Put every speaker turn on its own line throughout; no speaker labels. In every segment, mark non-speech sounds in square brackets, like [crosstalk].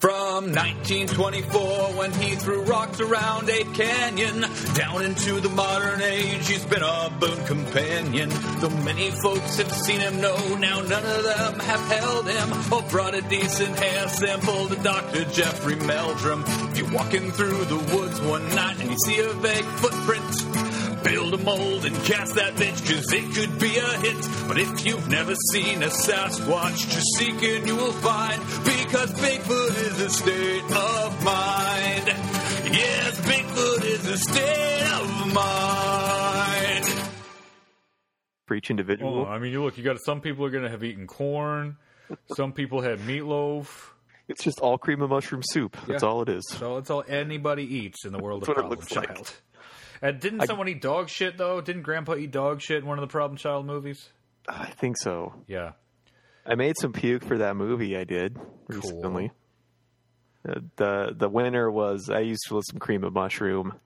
from 1924 when he threw rocks around a canyon. Down into the modern age, he's been a boon companion. Though many folks have seen him, no, now none of them have held him or brought a decent hair sample to Dr. Jeffrey Meldrum. If you're walking through the woods one night and you see a vague footprint, Build a mold and cast that bitch, cause it could be a hit. But if you've never seen a Sasquatch, just seek and you will find. Because Bigfoot is a state of mind. Yes, Bigfoot is a state of mind.
for each individual.
Well, Oh, I mean, you look, you got some people are going to have eaten corn, some people had meatloaf.
It's just all cream of mushroom soup. That's
Yeah.
all it is.
So it's all anybody eats in the world of
That's what it
Problem
looks like.
Child. And didn't someone eat dog shit though? Didn't Grandpa eat dog shit in one of the Problem Child movies?
I think so.
Yeah,
I made some puke for that movie I did recently. Uh, the the winner was I used with some cream of mushroom,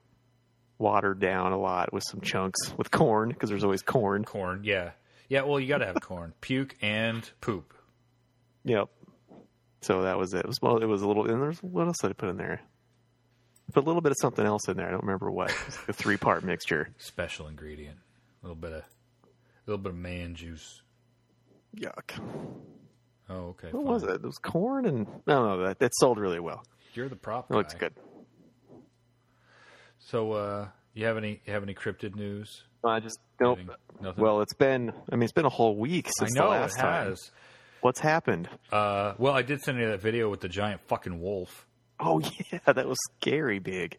watered down a lot with some chunks with corn because there's always corn.
corn. Yeah, yeah. Well, you got to have corn, [laughs] puke, and poop.
Yep. So that was it. It was well, it was a little. And there's what else did I put in there? Put a little bit of something else in there. I don't remember what. It was like a three part
[laughs]
mixture.
Special ingredient. A little bit of, a little bit of man juice.
Yuck.
Oh, okay.
What was it? It was corn and no, no. That that sold really well.
You're the prop.
It looks
guy.
good.
So, uh, you have any you have any cryptid news?
I just nope.
Anything? Nothing.
Well, it's been. I mean, it's been a whole week
I
since
know
the last
it
time.
has.
What's happened?
Uh, well, I did send you that video with the giant fucking wolf.
Oh [laughs] yeah, that was scary big.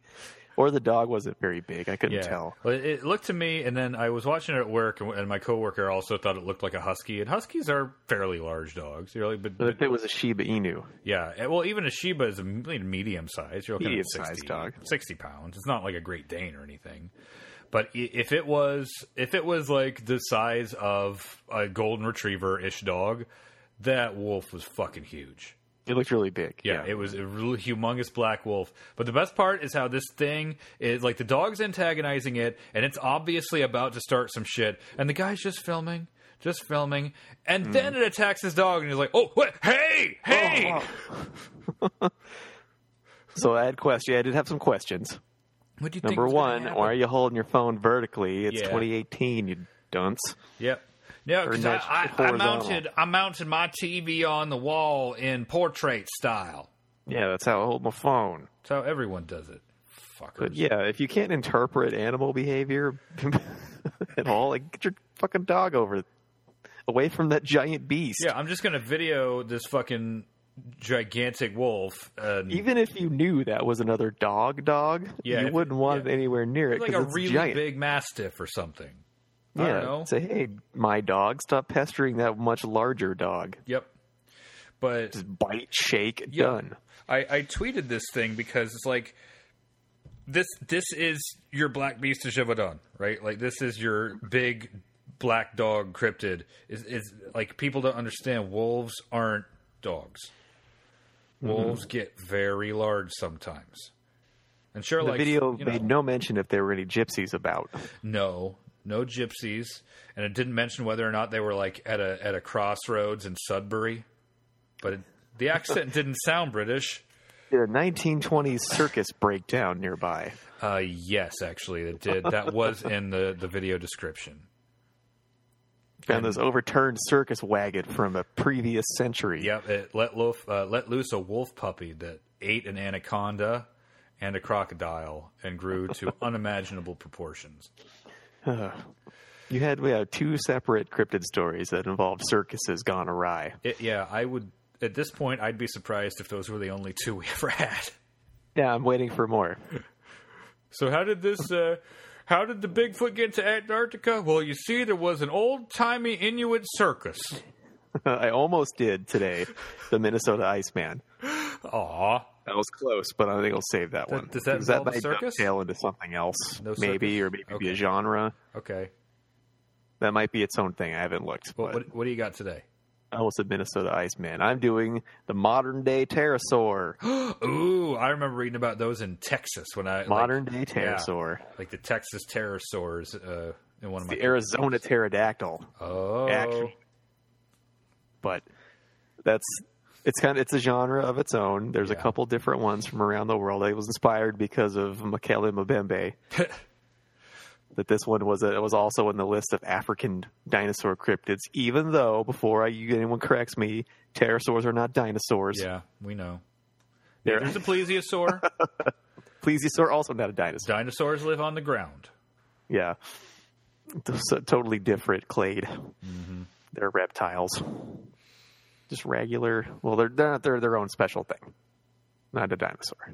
Or the dog wasn't very big. I couldn't tell.
Well, It, it looked to me, and then I was watching it at work, and, and my coworker also thought it looked like a husky. And huskies are fairly large dogs, you know, like, but,
But
but
if it was a Shiba Inu,
yeah, And, well, even a Shiba is a medium size. You're looking at
Medium-sized
60,
dog.
sixty pounds. It's not like a Great Dane or anything. But i- if it was, if it was like the size of a golden retriever ish dog, that wolf was fucking huge.
it looked really big.
Yeah, it was a real humongous black wolf. But the best part is how this thing is like the dog's antagonizing it, and it's obviously about to start some shit, and the guy's just filming, just filming, and
Hmm.
then it attacks his dog, and he's like, "Oh, what? Hey, hey!"
Oh, [laughs] So I had questions. I did have some questions.
What do you
Number
was gonna
one,
happen?
why are you holding your phone vertically? It's
Yeah.
2018, you dunce.
Yep. Yeah, because I,
that
I, I
horizontal.
mounted I mounted my TV on the wall in portrait style.
Yeah, that's how I hold my phone.
That's how everyone does it. Fuckers.
But yeah, if you can't interpret animal behavior [laughs] at all, like get your fucking dog over away from that giant beast.
Yeah, I'm just gonna video this fucking gigantic wolf. And
Even if you knew that was another dog, dog,
Yeah,
you
if-
wouldn't want
yeah.
it anywhere near it
like
because
a
it's
really
giant.
big mastiff or something. I
yeah,
don't know.
say, hey, my dog, stop pestering that much larger dog.
Yep. But
Just bite, shake,
Yeah.
done.
I, I tweeted this thing because it's like this this is your black beast of Shivadon, right? Like this is your big black dog cryptid. Is is like people don't understand wolves aren't dogs.
Mm-hmm.
Wolves get very large sometimes. And sure
The
like
video
you know,
made no mention if there were any gypsies about.
No, no gypsies, and it didn't mention whether or not they were like at a at a crossroads in Sudbury. But it, the accent didn't sound British.
Did a 1920s circus breakdown nearby.
Uh, yes, actually, it did. That [laughs] was in the the video description.
Found this overturned circus wagon from a previous century.
Yep, it let loaf, uh, let loose a wolf puppy that ate an anaconda and a crocodile and grew [laughs] to unimaginable proportions.
You had we had two separate cryptid stories that involved circuses gone awry.
It, yeah, I would at this point I'd be surprised if those were the only two we [laughs] ever had.
Yeah, I'm waiting for more. [laughs]
So how did this? Uh, how did the Bigfoot get to Antarctica? Well, you see, there was an old-timey Inuit circus.
I almost did today the Minnesota Iceman.
Aw,
That was close, but I think I'll save that, one.
does that
Because
involve a
might
circus?
dovetail into something else,
No
maybe,
circus?
or maybe be
Okay.
a genre.
okay.
That might be its own thing. I haven't looked.
What,
but
what what do you got today?
I almost said Minnesota Iceman. I'm doing the modern day pterosaur.
[gasps] Ooh, I remember reading about those in Texas when I like-
modern day
yeah,
pterosaur.
like, the Texas pterosaurs uh, in one of my
The Arizona pterodactyl.
oh
Actually, but that's it's kind of it's a genre of its own. There's a
Yeah.
couple different ones from around the world. It was inspired because of Makele
[laughs]
Mbembe. that this one was a, it was also in the list of African dinosaur cryptids. Even though before I, you, anyone corrects me, pterosaurs are not dinosaurs.
Yeah, we know.
They're-
[laughs] There's a plesiosaur.
plesiosaur also not a dinosaur.
[laughs] Dinosaurs live on the ground.
Yeah, Those are totally different clade.
Mm-hmm.
They're reptiles. Just regular. Well, they're they're not, they're their own special thing. Not a dinosaur.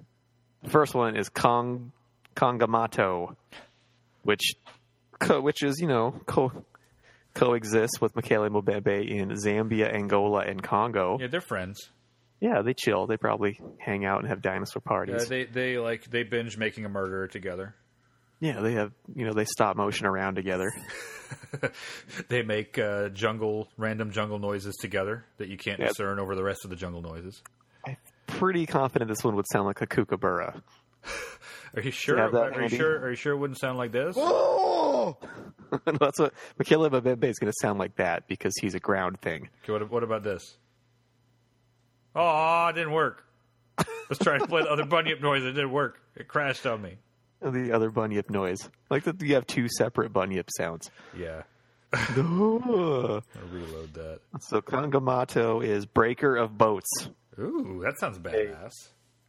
The first one is Kong Kongamato, which co, which is you know co coexists with Michele Mobebe in Zambia, Angola, and Congo.
Yeah, they're friends.
Yeah, they chill. They probably hang out and have dinosaur
Yeah,
parties.
Uh, they they like they binge making a murderer together.
yeah, they have you know they stop motion around together.
They make uh, jungle random jungle noises together that you can't
Yep.
discern over the rest of the jungle noises.
I'm pretty confident this one would sound like a kookaburra.
Are you sure?
have that
Are you
handy?
sure? Are you sure it wouldn't sound like this?
[laughs] That's what Michaela Mbembe is going to sound like that because he's a ground thing.
Okay, what, what about this? Oh, it didn't work. Let's try to play the other bunny up noise. It didn't work. It crashed on me.
The other bunyip noise, like that, you have two separate bunyip sounds.
Yeah,
so
I'll reload that.
Kangamato is breaker of boats.
Ooh, that sounds badass.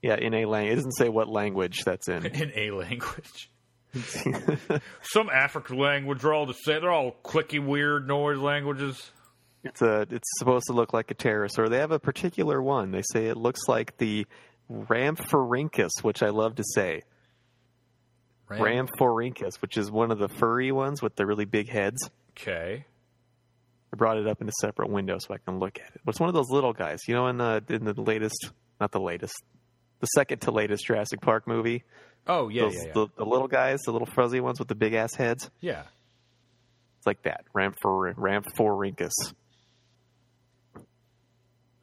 Yeah, in a language. It doesn't say what language that's in.
In a language. Some African language are all the same. They're all clicky, weird noise languages.
[laughs] It's a. It's supposed to look like a pterosaur. They have a particular one. They say it looks like the Ramphorhynchus, which I love to say. Ramphorhynchus, which is one of the furry ones with the really big heads.
Okay.
I brought it up in a separate window so I can look at it. But it's one of those little guys, you know, in the in the latest, not the latest, the second to latest Jurassic Park movie.
Oh yeah,
those,
yeah, yeah.
The, the little guys, the little fuzzy ones with the big ass heads.
yeah.
It's like that. Ramphor Ramphorhynchus.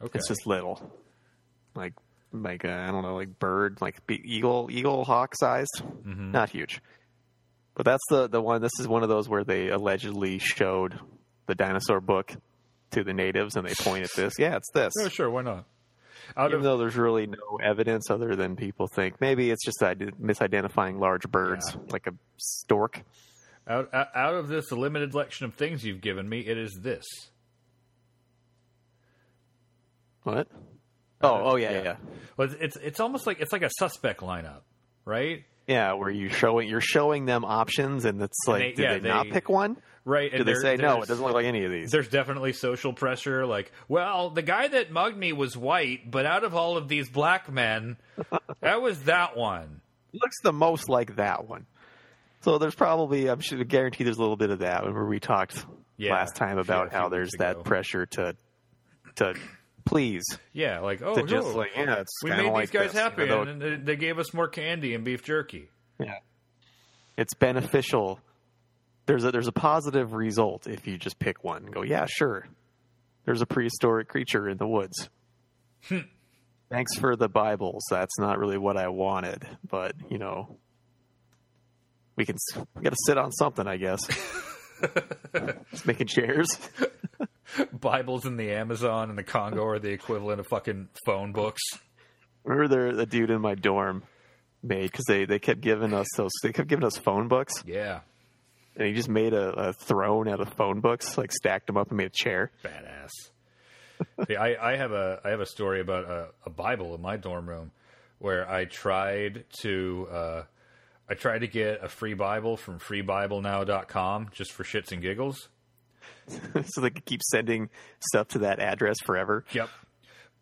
Okay.
It's just little, like like uh, I don't know, like bird, like be- eagle, eagle hawk sized.
Mm-hmm.
Not huge, but that's the the one. This is one of those where they allegedly showed the dinosaur book to the natives, and they point at this. Yeah, it's
[laughs]
this.
Oh, sure. Why not? Out
Even
of
though there's really no evidence other than people think maybe it's just ide- misidentifying large birds like a stork.
out, out out of this limited selection of things you've given me, it is this.
What? Oh, oh yeah,
yeah.
yeah, yeah.
Well, it's- it's it's almost like it's like a suspect lineup, right?
Yeah, where you showing you're showing them options, and it's like,
they-
did
yeah,
they, not
they-
pick one?
Right.
Did they say no? It doesn't look like any of these.
There's definitely social pressure. Like, well, the guy that mugged me was white, but out of all of these black
[laughs]
men, that was that one.
looks the most like that one. So there's probably I'm sure guarantee there's a little bit of that. Remember we talked
Yeah,
last time
yeah,
about
a few
how
weeks
there's
ago.
that pressure to to please.
Yeah, like oh,
To
no,
just like, yeah, it's
we
kinda
made
like
these guys
this,
happy,
even though-
and they, they gave us more candy and beef jerky.
Yeah. It's beneficial. There's a there's a positive result if you just pick one and go, yeah, sure. There's a prehistoric creature in the woods. Thanks for the Bibles. That's not really what I wanted, but you know, we can s- we got to sit on something, I guess. just making chairs.
Bibles in the Amazon and the Congo are the equivalent of fucking phone books.
Remember, there the dude in my dorm made because they they kept giving us those they kept giving us phone books,
Yeah,
and he just made a, a throne out of phone books, like stacked them up and made a chair. [laughs]
badass. See, I, I have a I have a story about a, a Bible in my dorm room where I tried to uh, I tried to get a free Bible from freebiblenow.com just for shits and giggles.
so they could keep sending stuff to that address forever.
Yep.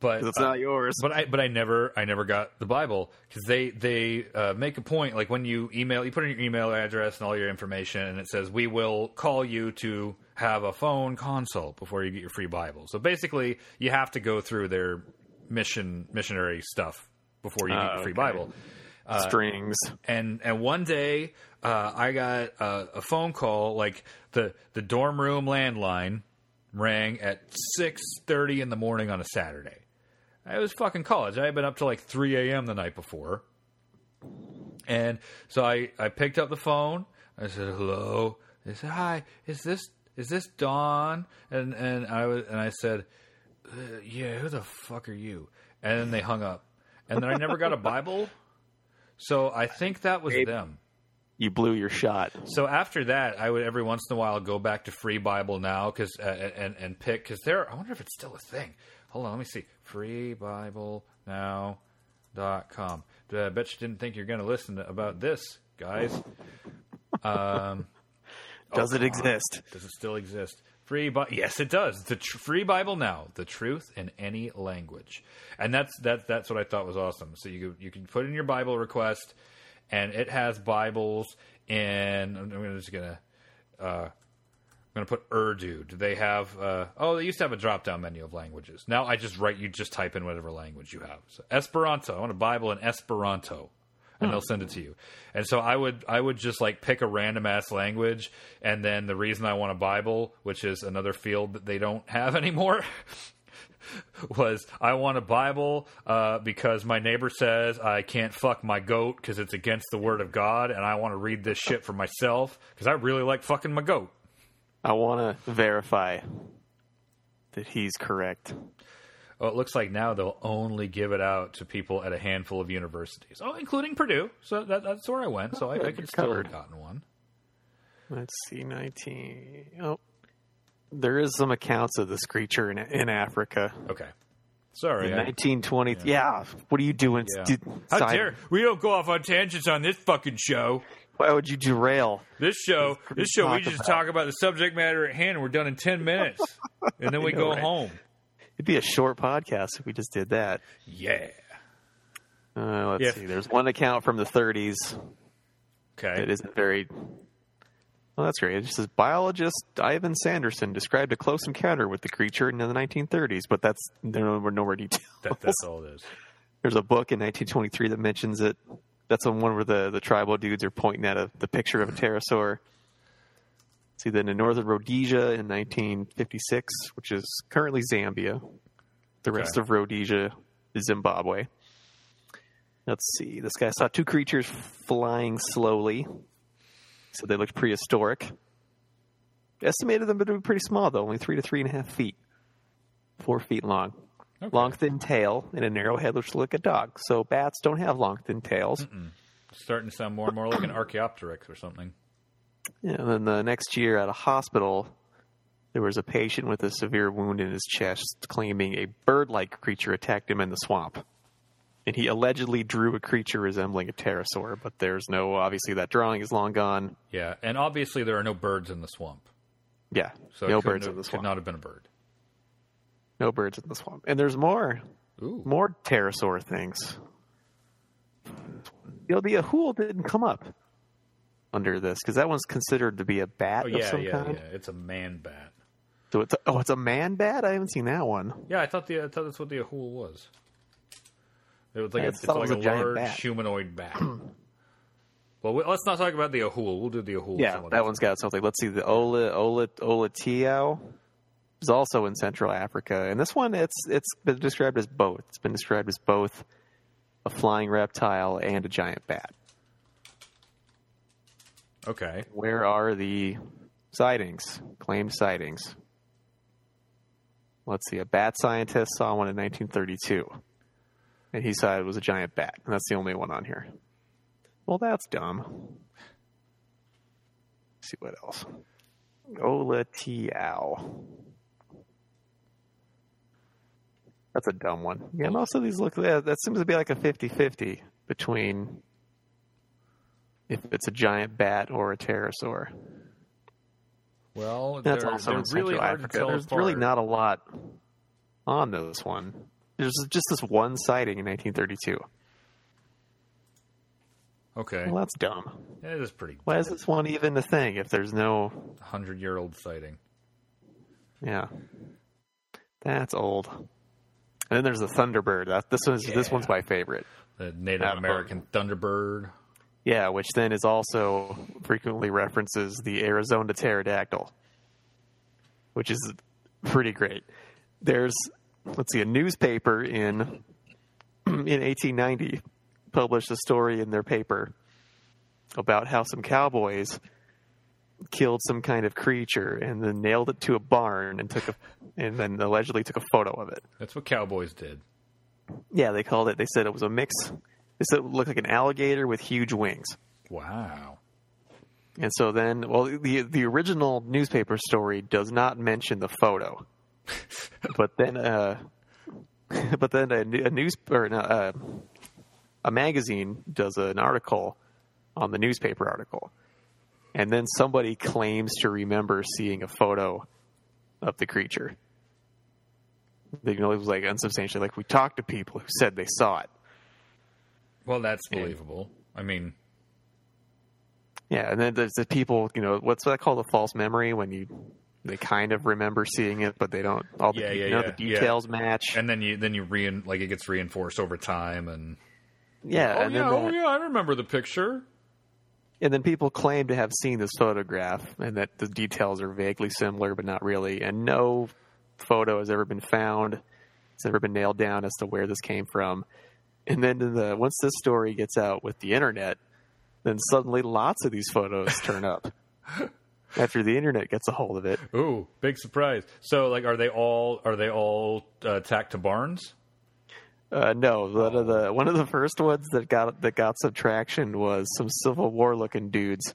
But
'Cause it's
uh,
not yours.
But I but I never I never got the Bible because they they uh, make a point like when you email you put in your email address and all your information and it says we will call you to have a phone consult before you get your free Bible. So basically, you have to go through their mission missionary stuff before you get
Ah,
your free
okay.
Bible.
Strings.
And and one day uh, I got a, a phone call like the the dorm room landline rang at six thirty in the morning on a Saturday. I was fucking college. I had been up till like three a.m. the night before, and so I I picked up the phone. I said hello. They said hi. Is this is this Dawn? And and I was and I said uh, yeah, who the fuck are you? And then they hung up. And then I never got a Bible. So I think that was
Maybe.
them.
You blew your shot.
So after that, I would every once in a while go back to Free Bible Now because uh, and and pick because there. I wonder if it's still a thing. Hold on, let me see. FreeBibleNow.com. I Uh, bet you didn't think you're going to listen to, about this, guys. Um,
Does it
come on.
exist?
Does it still exist? Free Bi- yes, it does. The tr- free Bible now, the truth in any language, and that's that. That's what I thought was awesome. So you could- you can put in your Bible request, and it has Bibles in. I'm, I'm just gonna. Uh, I'm going to put Urdu. Do they have? Uh, oh, they used to have a drop-down menu of languages. Now I just write. You just type in whatever language you have. So Esperanto. I want a Bible in Esperanto, and they'll send it to you. And so I would, I would just like pick a random ass language, and then the reason I want a Bible, which is another field that they don't have [laughs] anymore. Was I want a Bible uh, because my neighbor says I can't fuck my goat because it's against the word of God, and I want to read this shit for myself because I really like fucking my goat.
I want to verify that he's correct.
Oh, it looks like now they'll only give it out to people at a handful of universities. Oh, including Purdue. So that, that's where I went. So I, I
Good,
could
you're
still
covered.
have gotten one.
Let's see, 19. Oh, there is some accounts of this creature in, in Africa.
Okay. Sorry.
In
I,
1920. Oh, Yeah. What are you doing?
yeah.
Dude,
How
Simon?
dare we don't go off on tangents on this fucking show.
Why would you derail?
This show, this show, we
talk
just
about-
talk about the subject matter at hand. and We're done in ten
[laughs]
minutes, and then we
know,
go
right?
home.
It'd be a short podcast if we just did that.
Yeah.
Uh, let's
Yeah.
see. There's one account from the 30s
Okay.
that isn't very. Well, that's great. It just says biologist Ivan Sanderson described a close encounter with the creature in the 1930s, but that's there are no more details.
That, that's all it is.
There's a book in 1923 that mentions it. That's the one where the, the tribal dudes are pointing at a, the picture of a pterosaur. See, then in northern Rhodesia in 1956, which is currently Zambia, the rest
Okay.
of Rhodesia is Zimbabwe. Let's see. This guy saw two creatures flying slowly. So they looked prehistoric. Estimated them to be pretty small, though, only three to three and a half feet, four feet long.
Okay.
Long, thin tail and a narrow head looks like a dog. So bats don't have long, thin tails.
Starting to sound more and more like an Archaeopteryx or something.
And then the next year at a hospital, there was a patient with a severe wound in his chest claiming a bird like creature attacked him in the swamp. And he allegedly drew a creature resembling a pterosaur, but there's no, obviously, that drawing is long gone.
Yeah, and obviously there are no birds in the swamp,
Yeah.
so
no
it couldn't
birds
have-
in the
Could
swamp.
not have been a bird.
No birds in the swamp. And there's more.
Ooh.
More pterosaur things. You know, the Ahul didn't come up under this because that one's considered to be a bat
Oh
of
yeah,
some
yeah,
kind.
yeah. It's a man bat.
So it's a, oh, it's a man bat. I haven't seen that one.
Yeah, I thought the I thought that's what the ahul was. It was like
I
a, it's
thought it
like
was
a,
a giant
large
bat.
humanoid bat.
[clears throat]
well, we, let's not talk about the ahul. We'll do the ahul.
Yeah,
some other
that
time.
one's got something. Let's see, the Ola Ola Ola Tiao is also in Central Africa, and this one it's it's been described as both. It's been described as both a flying reptile and a giant bat.
Okay.
Where are the sightings? Claimed sightings. Let's see. A bat scientist saw one in 1932, and he said it was a giant bat, and that's the only one on here. Well, that's dumb. Let's see what else. Ola Tiao. That's a dumb one. Yeah, most of these look. yeah, That seems to be like a 50 50 between if it's a giant bat or a pterosaur.
Well,
That's
they're,
also
they're
in
really
Central
hard to
Africa.
tell
There's
apart.
really not a lot on this one. There's just this one sighting in 1932.
Okay.
Well, that's dumb.
That is pretty
Why is this one even a thing if there's no?
hundred year old sighting.
Yeah, that's old. And then there's the Thunderbird. That this one's this
Yeah.
one's my favorite.
The Native
Not a bird.
American thunderbird.
Yeah, which then is also frequently references the Arizona pterodactyl, which is pretty great. There's, let's see, a newspaper in [clears throat] in 1890 published a story in their paper about how some cowboys killed some kind of creature and then nailed it to a barn and took a and then allegedly took a photo of it.
That's what cowboys did.
Yeah, they called it. They said it was a mix. They said it looked like an alligator with huge wings.
Wow.
And so then, well, the the original newspaper story does not mention the photo, but then, uh, [laughs] but then a, new- a news or no, uh, a magazine does an article on the newspaper article, and then somebody claims to remember seeing a photo of the creature. They, you know, it was like unsubstantiated. Like we talked to people who said they saw it.
Well, that's believable. I mean,
Yeah, and then there's the people, you know, what's that called? A false memory when you they kind of remember seeing it, but they don't. All the,
Yeah,
de-
yeah,
you know,
yeah,
the
yeah.
details match.
and then you then you re like it gets reinforced over time and
yeah,
oh
and,
yeah,
then
oh
that-
yeah, I remember the picture.
and then people claim to have seen this photograph, and that the details are vaguely similar, but not really. And no photo has ever been found. It's never been nailed down as to where this came from. And then the once this story gets out with the internet, then suddenly lots of these photos turn
[laughs]
up. After the internet gets a hold of it,
Ooh, big surprise. So like are they all are they all uh, tacked to barns?
Uh, no, one of
Oh.
the one of the first ones that got that got some traction was some Civil War looking
[laughs]
dudes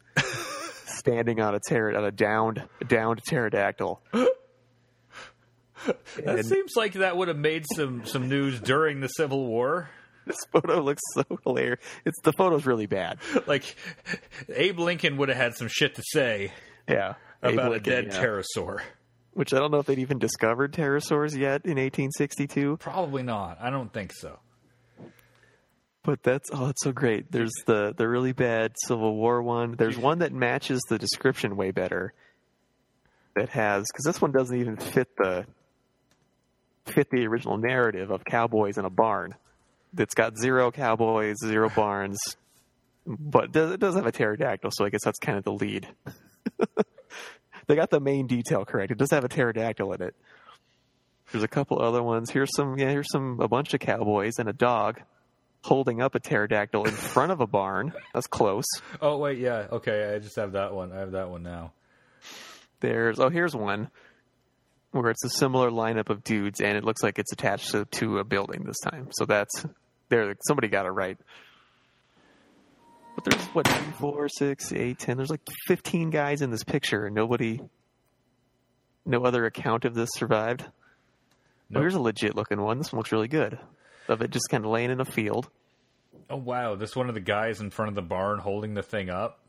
standing on a pterod on a downed downed pterodactyl. [laughs]
That seems like that would have made some some news during the Civil War.
This photo looks so hilarious. It's the photo's really bad.
Like Abe Lincoln would have had some shit to say
Yeah,
about
Abe
a
Lincoln,
dead
yeah.
pterosaur.
Which I don't know if they'd even discovered pterosaurs yet in 1862.
Probably not. I don't think so.
But that's oh, it's so great. There's the the really bad Civil War one. There's one that matches the description way better. That has because this one doesn't even fit the fit the original narrative of cowboys in a barn. That's got zero cowboys, zero barns, but does, it does have a pterodactyl. So I guess that's kind of the lead. [laughs] they got the main detail correct. It does have a pterodactyl in it. There's a couple other ones. Here's some. Yeah, here's some. A bunch of cowboys and a dog holding up a pterodactyl in front of a barn. That's close.
Oh wait, yeah, okay. I just have that one. I have that one now.
There's oh, here's one where it's a similar lineup of dudes, and it looks like it's attached to, to a building this time. So that's there. Somebody got it right. But there's what two, four, six, eight, ten. There's like fifteen guys in this picture, and nobody, no other account of this survived. Oh,
Nope.
here's a legit looking one. This one looks really good. Of it just kind of laying in a field. [laughs]
Oh wow, this one of the guys in front of the barn holding the thing up.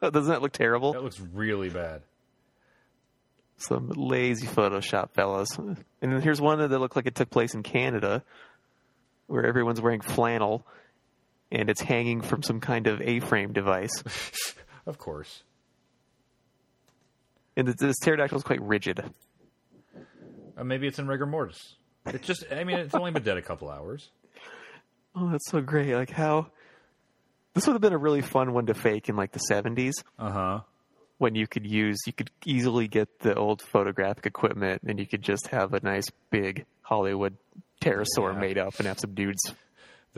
Doesn't that look terrible?
That looks really bad.
some lazy Photoshop fellas. And then here's one that looked like it took place in Canada, where everyone's wearing flannel, and it's hanging from some kind of A-frame device.
Of course.
And th- this pterodactyl is quite rigid.
Uh, maybe it's in rigor mortis. It's just I mean, it's only been dead a couple hours.
Oh, that's so great! Like how this would have been a really fun one to fake in like the '70s
[laughs] Uh-huh.
when you could use you could easily get the old photographic equipment, and you could just have a nice big Hollywood pterosaur made up and have some dudes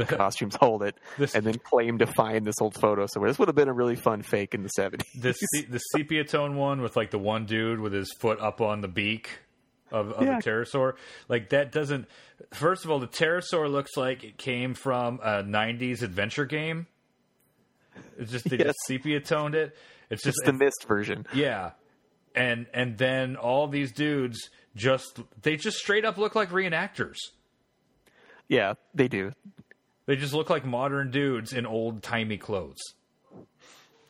costumes [laughs] hold it
This-
and then claim to find this old photo somewhere. This would have been a really fun fake in the 70s.
the se- the sepia tone one with like the one dude with his foot up on the beak of, of
Yeah.
the pterosaur like that doesn't first of all the pterosaur looks like it came from a 90s adventure game it's just they
Yes.
just sepia toned it it's just
[laughs] It's the missed version.
yeah and and then all these dudes just they just straight up look like reenactors
Yeah, they do.
they just look like modern dudes in old timey clothes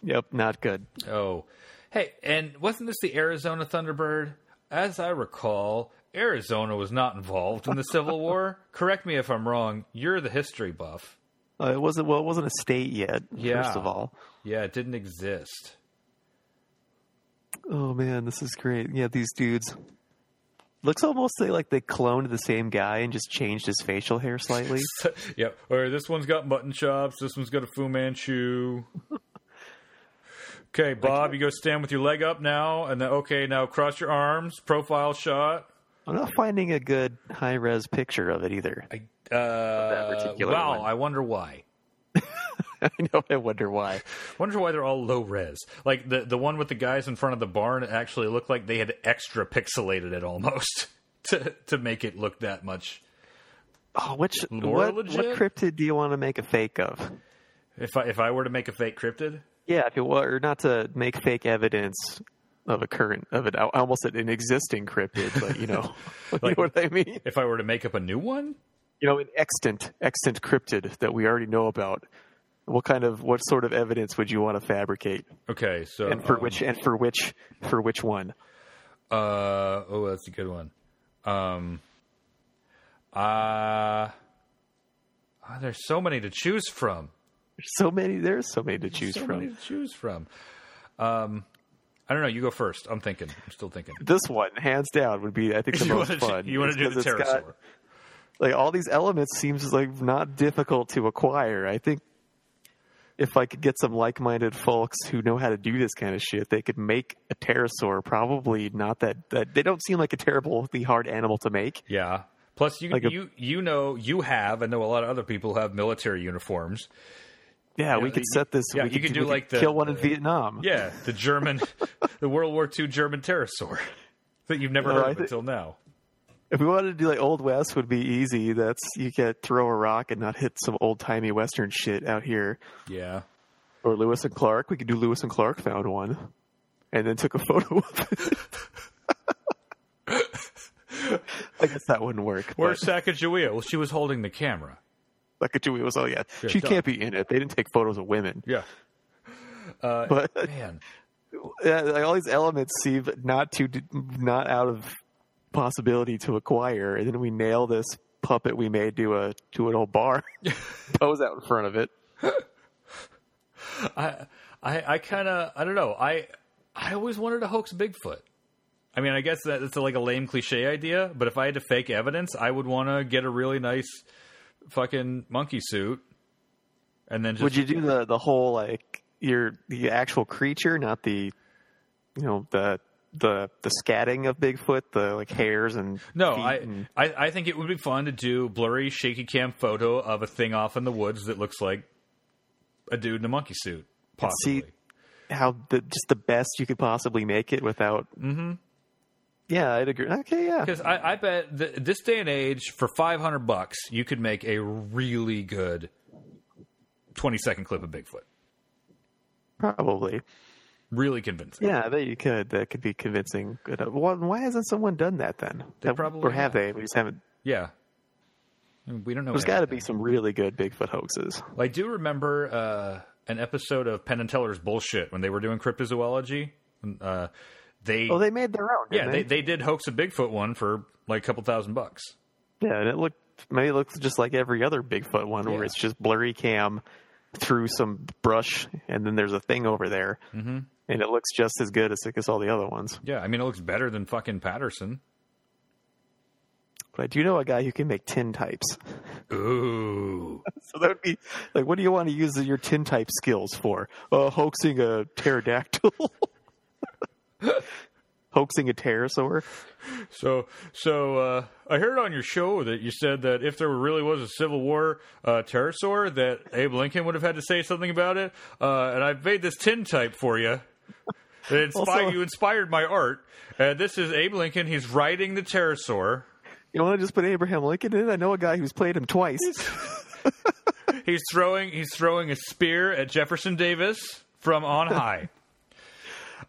Yep, not good.
Oh, hey, and wasn't this the Arizona Thunderbird? As I recall, Arizona was not involved in the Civil [laughs] War. Correct me if I'm wrong. You're the history buff.
Uh, it wasn't well. It wasn't a state yet.
Yeah.
First of all,
Yeah, it didn't exist.
oh man, this is great. Yeah, these dudes looks almost they, like they cloned the same guy and just changed his facial hair
[laughs]
slightly.
yep. Or this one's got mutton chops. This one's got a Fu Manchu. Okay, Bob, you go stand with your leg up now, and then okay, now cross your arms. Profile shot.
I'm not finding a good high res picture of it either.
I, uh,
particular
wow,
one.
I wonder why.
[laughs] I know. I wonder why.
Wonder why they're all low res. Like the the one with the guys in front of the barn actually looked like they had extra pixelated it almost [laughs] to to make it look that much.
Oh, which
More
what, what
legit?
cryptid do you want to make a fake of?
If I if I were to make a fake cryptid,
Yeah, if you, well, or not to make fake evidence of a current of an almost an existing cryptid, but you [laughs] know, you know what I mean.
if I were to make up a new one,
You know, an extant extant cryptid that we already know about. What kind of what sort of evidence would you want to fabricate,
okay. So
and for
um,
which and for which for which one?
Uh oh, that's a good one. Um uh ah, there's so many to choose from.
There's so many. There's so many to choose
so
from.
many to choose from. Um I don't know, you go first. I'm thinking. I'm still thinking.
This one, hands down, would be I
[laughs]
think the
you
most
wanna,
fun.
you want to do
because
the
it's got-
pterosaur.
like all these elements seems like not difficult to acquire. I think if I could get some like-minded folks who know how to do this kind of shit, they could make a pterosaur. Probably not that that they don't seem like a terribly hard animal to make.
Yeah. Plus you
Like a-
you you know you have I know a lot of other people have military uniforms.
Yeah, we
Yeah,
could
you-
set this.
yeah,
we
you could do
we
like the-
kill one in
the-
Vietnam.
Yeah, the German [laughs] the World War II German pterosaur [laughs] that you've never
No,
heard
I
of
thi-
until now.
If we wanted to do like old west, would be easy. That's you could throw a rock and not hit some old timey western shit out here.
Yeah.
Or Lewis and Clark. We could do Lewis and Clark found one, and then took a [laughs] photo of it. I guess that wouldn't work.
Where's Sacagawea? Well, she was holding the camera.
Like a was oh yeah,
Yeah,
she
duh.
can't be in it. They didn't take photos of women,
Yeah. Uh,
but
man,
yeah, like, all these elements seem not too not out of possibility to acquire. And then we nail this puppet we made to a to an old
[laughs]
bar, pose out in front of it.
I I, I kind of I don't know. I I always wanted to hoax Bigfoot. I mean, I guess that that's like a lame cliche idea, but if I had to fake evidence, I would want to get a really nice fucking monkey suit, and then just
Would you do the the whole like your the actual creature, not the you know the the the scatting of Bigfoot, the like hairs and
no?
feet
I,
and-
I I think it would be fun to do blurry shaky cam photo of a thing off in the woods that looks like a dude in a monkey suit, possibly.
see- how the just the best you could possibly make it without. Mm-hmm. Yeah, I'd agree. Okay, yeah,
Because I, I bet th- this day and age, for five hundred bucks, you could make a really good twenty second clip of Bigfoot.
probably.
Really convincing.
Yeah, I bet you could. That could be convincing. Good. Uh, Why, why hasn't someone done that then?
They
That-
probably
or have
have.
they? We just haven't.
Yeah. I mean, We don't know.
There's got to
anything.
be some really good Bigfoot hoaxes.
I do remember uh, an episode of Penn and Teller's bullshit when they were doing cryptozoology. Uh, they,
Oh, they made their own.
yeah
didn't
they, they did hoax a Bigfoot one for like a couple thousand bucks.
Yeah, and it looked maybe it looks just like every other Bigfoot one,
Yeah.
where it's just blurry cam through some brush, and then there's a thing over there, mm-hmm. and it looks just as good as as all the other ones.
Yeah, I mean it looks better than fucking Patterson.
But I do know a guy who can make tin types,
Ooh.
so that would be like, what do you want to use your tin type skills for? Uh, hoaxing a pterodactyl, [laughs] hoaxing a pterosaur.
So, so uh, I heard on your show that you said that if there really was a Civil War uh, pterosaur, that Abe Lincoln would have had to say something about it. Uh, and I've made this tin type for you. It inspired,
Also-
you inspired my art. Uh, this is Abe Lincoln. He's riding the pterosaur.
You want to just put Abraham Lincoln in? I know a guy who's played him twice.
He's throwing. He's throwing a spear at Jefferson Davis from on [laughs] high.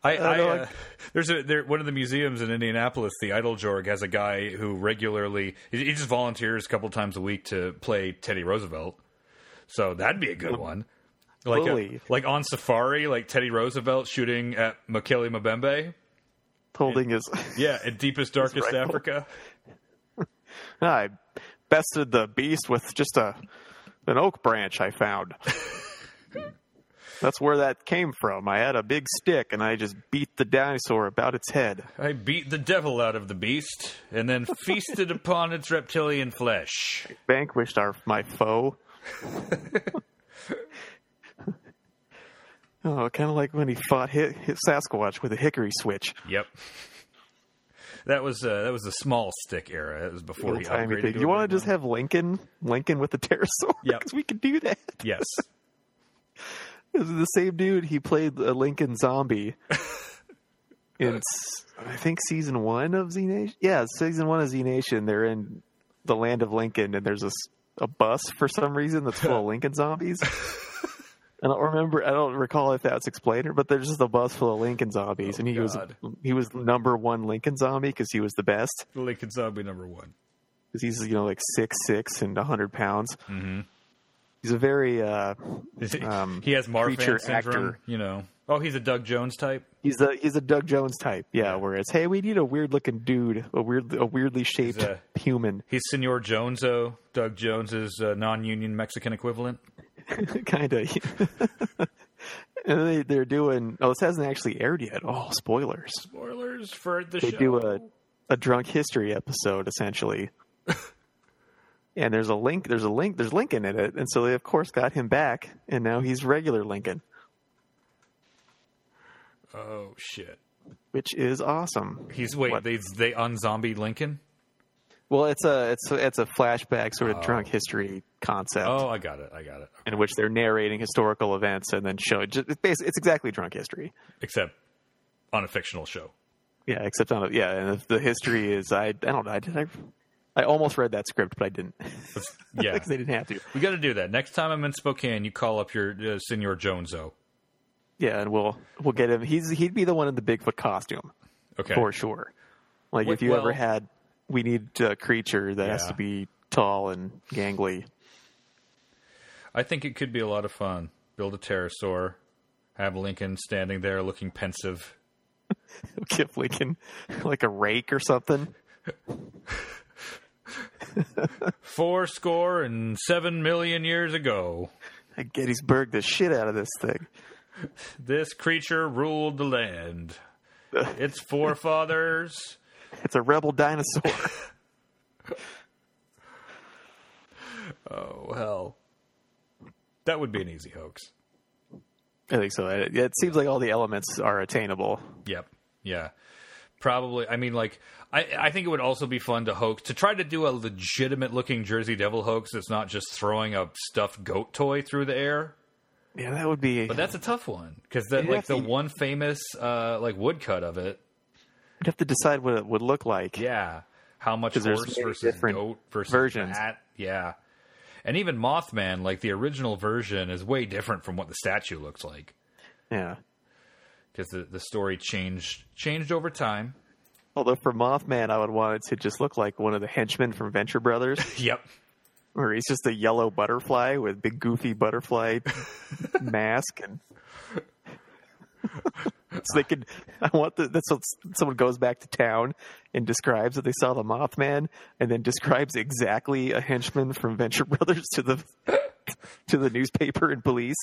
I, I,
know,
uh, there's a there one of the museums in Indianapolis, the Idlejorg, has a guy who regularly he, he just volunteers a couple times a week to play Teddy Roosevelt. So that'd be a good one. Like a,
Totally.
like on safari, like Teddy Roosevelt shooting at Makili Mbembe.
holding his.
Yeah, in deepest darkest
rifle.
Africa.
I bested the beast with just a an oak branch I
[laughs]
found. That's where that came from. I had a big stick and I just beat the dinosaur about its head.
I beat the devil out of the beast and [laughs] then feasted upon its reptilian flesh.
Vanquished our my
[laughs]
foe. oh, kind of like when he fought hit, hit Sasquatch with a hickory switch.
Yep. That was uh, that was the small stick era. It was before he
Little tiny
upgraded.
thing.
to a
You want
big
to just [laughs]
one.
have Lincoln, Lincoln with the pterosaur?
Yep. [laughs]
Because we could do that.
yes.
It was the same dude. He played a Lincoln
[laughs]
zombie. in s- I think season one of Z Nation. Yeah, season one of Z Nation. They're in the land of Lincoln, and there's a, s- a bus for some reason that's
[laughs]
full of Lincoln zombies. I don't remember. I don't recall if that's explained, or- but there's just a bus full of Lincoln zombies,
Oh,
and he
God.
was he was number one Lincoln zombie because he was the best
Lincoln Zombie number one. [laughs]
because he's you know like six six and hundred pounds.
Mm-hmm.
He's a very uh, Um,
he has Marfan
creature
syndrome,
actor.
you know. Oh, he's a Doug Jones type.
he's a he's a Doug Jones type. Yeah, whereas hey, we need a weird looking dude, a weird a weirdly shaped
a-
human [laughs]
He's Senor Joneso. Doug Jones's uh, non-union Mexican equivalent.
kind of. [laughs] and they they're doing oh this hasn't actually aired yet. Oh, spoilers.
Spoilers for the
They
show.
do a a drunk history episode
[laughs]
essentially. and there's a link there's a link there's Lincoln in it and so they of course got him back and now he's regular Lincoln,
oh shit!
which is awesome.
He's wait.
What?
They they unzombied Lincoln.
Well, it's a it's a, it's a flashback sort of drunk history concept.
Oh, I got it. I got it.
in which they're narrating historical events and then show just, it's, basi- it's exactly drunk history.
Except on a fictional show.
[laughs] Yeah, except on a, yeah, and the, the history is I I don't know I did I, I almost read that script but I didn't [laughs]
Yeah,
because they didn't have to.
we got to do that next time I'm in Spokane. You call up your uh, Senor Joneso.
Yeah, and we'll we'll get him. He's he'd be the one in the Bigfoot costume
Okay.
for sure. Like
Wait,
if you ever
well-
had, we need a creature that has
Yeah.
to be tall and gangly. [laughs]
I think it could be a lot of fun. Build a pterosaur, have Lincoln standing there looking pensive.
Give Lincoln like a rake or something.
Four score and seven million years ago,
I Gettysburg the shit out of this thing.
this creature ruled the land. Its forefathers.
It's a rebel dinosaur.
Oh, hell. That would be an easy hoax.
I think so. It, it seems like all the elements are attainable.
Yep. Yeah. Probably. I mean, like, I, I think it would also be fun to hoax, to try to do a legitimate looking Jersey Devil hoax that's not just throwing a stuffed goat toy through the air.
Yeah, that would be.
But
But
that's a tough one because that
You'd have
like the
to-
one famous uh like woodcut of it.
would have to decide what it would look like.
Yeah, how much
'Cause there's
horse
many
versus
different
goat versus
versions.
Hat. Yeah, and even Mothman, like the original version, is way different from what the statue looks like
Yeah.
because the the story changed changed over time.
Although for Mothman, I would want it to just look like one of the henchmen from Venture Brothers, [laughs]
Yep.
where he's just a yellow butterfly with big goofy butterfly mask, and [laughs] so they could. I want the, that's what someone goes back to town and describes that they saw the Mothman, and then describes exactly a henchman from Venture [laughs] Brothers to the to the newspaper and police.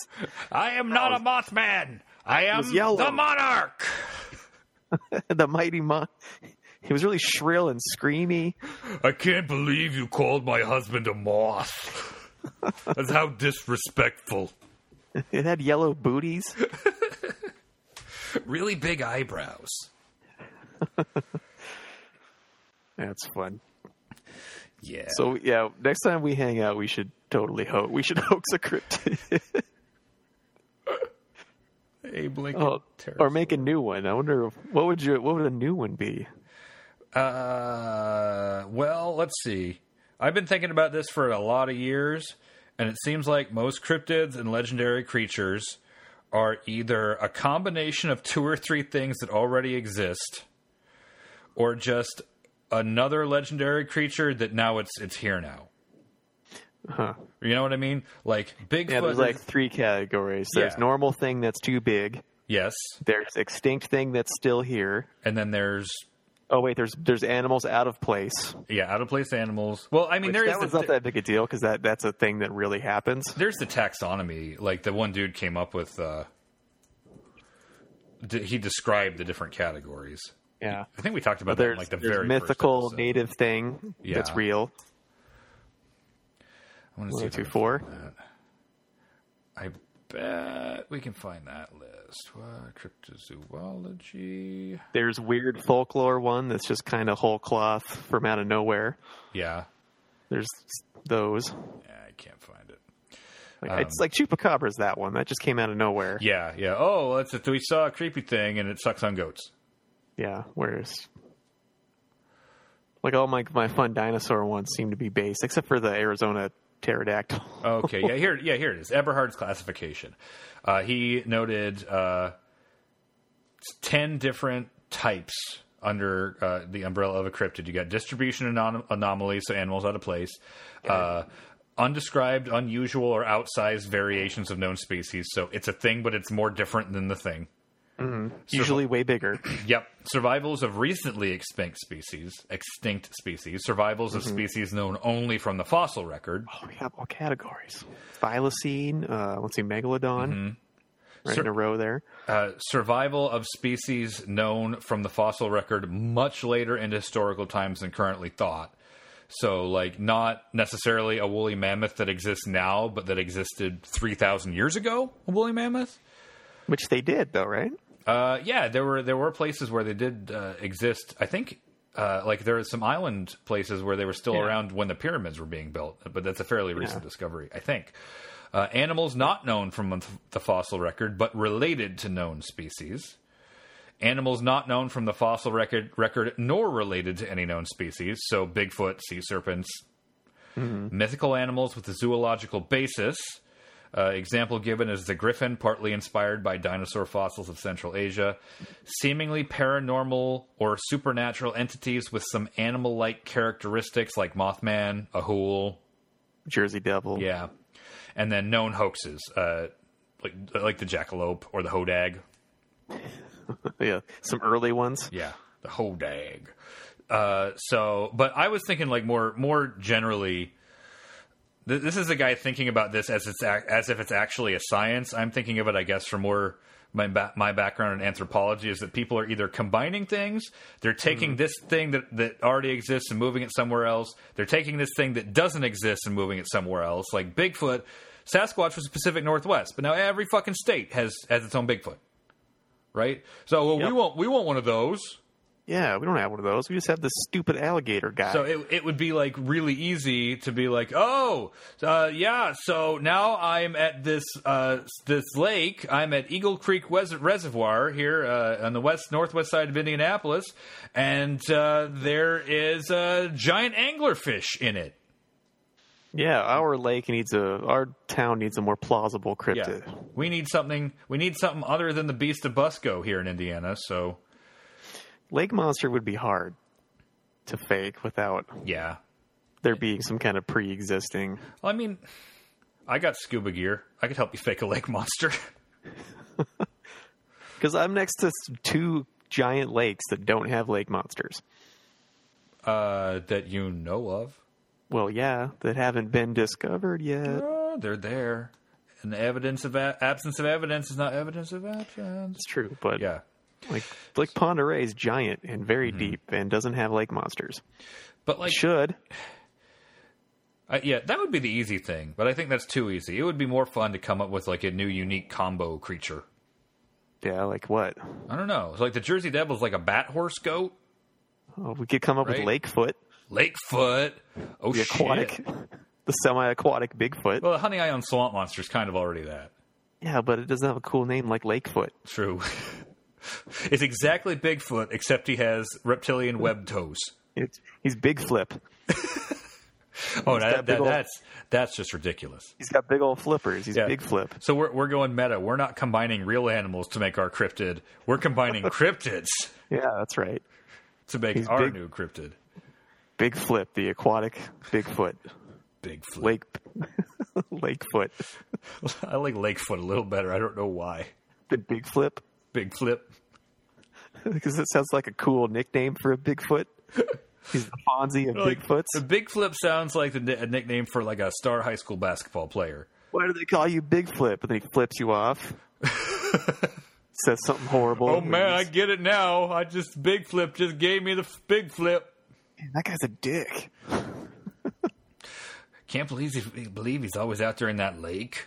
I am not a Mothman. I am
was yellow.
the monarch.
[laughs] the mighty mon. He was really shrill and screamy. [laughs]
I can't believe you called my husband a [laughs] moth. That's how disrespectful.
It had yellow booties.
Really big eyebrows.
That's fun.
Yeah.
So yeah, next time we hang out, we should totally ho We should [laughs] hoax a cryptid,
Abe Lincoln.
Oh,
terrorist.
or make a new one. I wonder if, what would you what would a new one be?
Uh, well, let's see. I've been thinking about this for a lot of years, and it seems like most cryptids and legendary creatures are either a combination of two or three things that already exist, or just another legendary creature that now it's it's here now.
Huh.
You know what I mean? Like Bigfoot.
Yeah, there's like three categories. There's
Yeah.
normal thing that's too big.
yes,
There's extinct thing that's still here.
and then there's
Oh wait, there's there's animals out of place.
yeah out of place animals. Well, I mean
Which
there is
that was
the,
not that big a deal because that that's a thing that really happens.
there's the taxonomy like the one dude came up with uh d- he described the different categories
Yeah.
i think we talked about that in
There's,
like the
there's
very
mythical
first episode.
native thing that's
Yeah.
real.
i want to see
One,
if I
two,
can
four.
find that. i bet we can find that list what cryptozoology
There's weird folklore one that's just kind of whole cloth from out of nowhere.
yeah
There's those.
Yeah, I can't find it.
Like, it's like Chupacabra's that one that just came out of nowhere. Yeah,
Um, Yeah, yeah. Oh, that's it. We saw a creepy thing, and it sucks on goats.
whereas like all my my fun dinosaur ones seem to be based, except for the Arizona pterodactyl.
Okay, yeah, here, yeah, here it is. Eberhard's classification. Uh, he noted uh, ten different types under uh, the umbrella of a cryptid. You got distribution anom- anomalies, so animals out of place. Uh, Undescribed, unusual, or outsized variations of known species. So it's a thing, but it's more different than the thing. [clears throat]
Usually way bigger. [clears throat]
Yep. Survivals of recently extinct species, extinct species, survivals of species known only from the fossil record,
Oh, we have all categories. Thylacine, uh, let's see, Megalodon.
Mm-hmm.
Right
Sir-
in a row there.
uh, survival of species known from the fossil record much later in historical times than currently thought. So, like, not necessarily a woolly mammoth that exists now, but that existed 3,000 years ago, a woolly mammoth.
Which they did though, right?
Uh, yeah, there were there were places where they did uh, exist. I think uh, like there are some island places where they were still around when the pyramids were being built, but that's a fairly recent discovery, I think. Uh, animals not known from the fossil record, but related to known species. Animals not known from the fossil record, record nor related to any known species, so Bigfoot, sea serpents, mythical animals with a zoological basis. Uh, example given is the griffin, partly inspired by dinosaur fossils of Central Asia. Seemingly paranormal or supernatural entities with some animal like characteristics like Mothman, Ahul.
Jersey Devil.
Yeah. And then known hoaxes, uh, like, like the jackalope or the hodag.
yeah. Some early ones.
Yeah, the whole dag. Uh, so, but I was thinking like more more generally. Th- this is a guy thinking about this as it's ac- as if it's actually a science. I'm thinking of it, I guess, from more my ba- my background in anthropology is that people are either combining things, they're taking this thing that that already exists and moving it somewhere else. They're taking this thing that doesn't exist and moving it somewhere else, like Bigfoot. Sasquatch was the Pacific Northwest, but now every fucking state has has its own Bigfoot, right? So well, we
Yep.
want we want one of those.
Yeah, we don't have one of those. We just have this stupid alligator guy.
So it, it would be like really easy to be like, oh, uh, yeah. So now I'm at this uh, this lake. I'm at Eagle Creek Wes- Reservoir here uh, on the west northwest side of Indianapolis, and uh, there is a giant anglerfish in it.
yeah, our lake needs a our town needs a more plausible
Yeah,
cryptid.
we need something. We need something other than the beast of Busco here in Indiana. So
Lake monster would be hard to fake without
yeah,
there being some kind of pre-existing.
well, I mean, I got scuba gear. I could help you fake a lake monster. [laughs]
Because I'm next to s- two giant lakes that don't have lake monsters.
uh, that you know of.
Well, yeah, that haven't been discovered yet.
Uh, they're there. And the evidence of a- absence of evidence is not evidence of absence.
It's true, but
Yeah.
like Lake Ponderay is giant and very deep and doesn't have lake monsters.
But like,
Should
I, yeah, that would be the easy thing. But I think that's too easy. It would be more fun to come up with like a new unique combo creature.
yeah, like what?
I don't know. It's like the Jersey Devil's like a bat horse goat,
Oh, we could come up
Right.
with Lakefoot,
Lakefoot. Oh
the
shit!
aquatic, [laughs] the semi-aquatic Bigfoot.
Well, the Honey Island Swamp Monster's kind of already that.
yeah, but it doesn't have a cool name like Lakefoot.
True. [laughs] it's exactly Bigfoot, except he has reptilian web toes.
It's, he's Big Flip.
Oh, that,
that big
that-
ol-
that's that's just ridiculous.
He's got big old flippers. He's
Yeah.
Big Flip.
So we're we're going meta. We're not combining real animals to make our cryptid. We're [laughs] combining cryptids
Yeah, that's right.
to make
He's
our
big.
new cryptid.
Big Flip, the aquatic Bigfoot,
Big flip.
Lake [laughs] Lakefoot,
[laughs] I like Lakefoot a little better. I don't know why.
the Big [laughs] Flip,
Big flip.
because it sounds like a cool nickname for a Bigfoot. He's the Fonzie of
Like, The
Bigfoots.
big flip sounds like the, ni- a nickname for like a star high school basketball player.
Why do they call you Big Flip? And then he flips you
[laughs]
off. Says something horrible.
Oh man, I get it now. I just big flip just gave me the f- big flip.
Man, that guy's a dick.
Can't believe he, believe he's always out there in that lake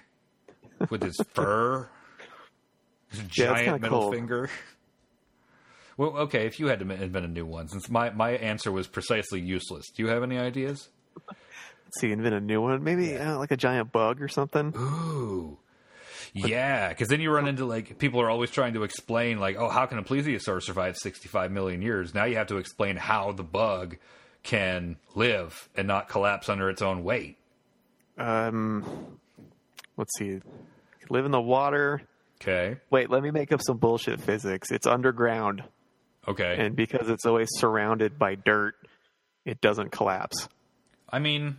[laughs]
with his fur, his
kinda
giant middle
cold.
finger. Well, okay, if you had to invent a new one, since my, my answer was precisely useless, do you have any ideas?
see, invent a new one. Maybe uh, like a giant bug or
[gasps]
something.
Ooh. Yeah, because then you run into like people are always trying to explain like, oh, how can a plesiosaur survive 65 million years? Now you have to explain how the bug can live and not collapse under its own weight.
Um, let's see. Live in the water.
Okay.
Wait, let me make up some bullshit physics. It's underground,
Okay.
and because it's always surrounded by dirt, it doesn't collapse.
I mean,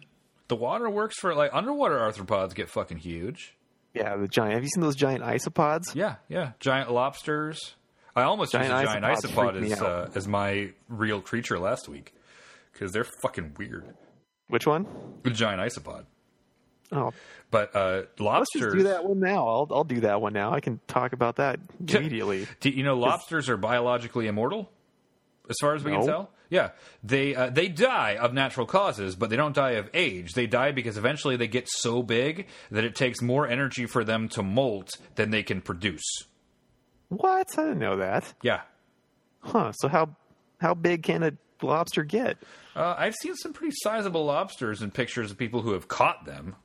the water works for like underwater arthropods get fucking huge.
Yeah, the giant. Have you seen those giant isopods?
Yeah, yeah. Giant lobsters. I almost used a
Giant
giant
isopods freak
isopod
me
as
out.
uh, as my real creature last week because they're fucking weird.
Which one?
A giant isopod,
Oh,
but uh,
let's
lobsters.
just do that one now. I'll I'll do that one now. I can talk about
[laughs]
that immediately.
Do you know lobsters are biologically immortal? As far as we can
No.
tell, yeah, they uh, they die of natural causes, but they don't die of age. They die because eventually they get so big that it takes more energy for them to molt than they can produce.
What? I didn't know that.
Yeah,
Huh. So how how big can a lobster get?
uh, I've seen some pretty sizable lobsters in pictures of people who have caught them.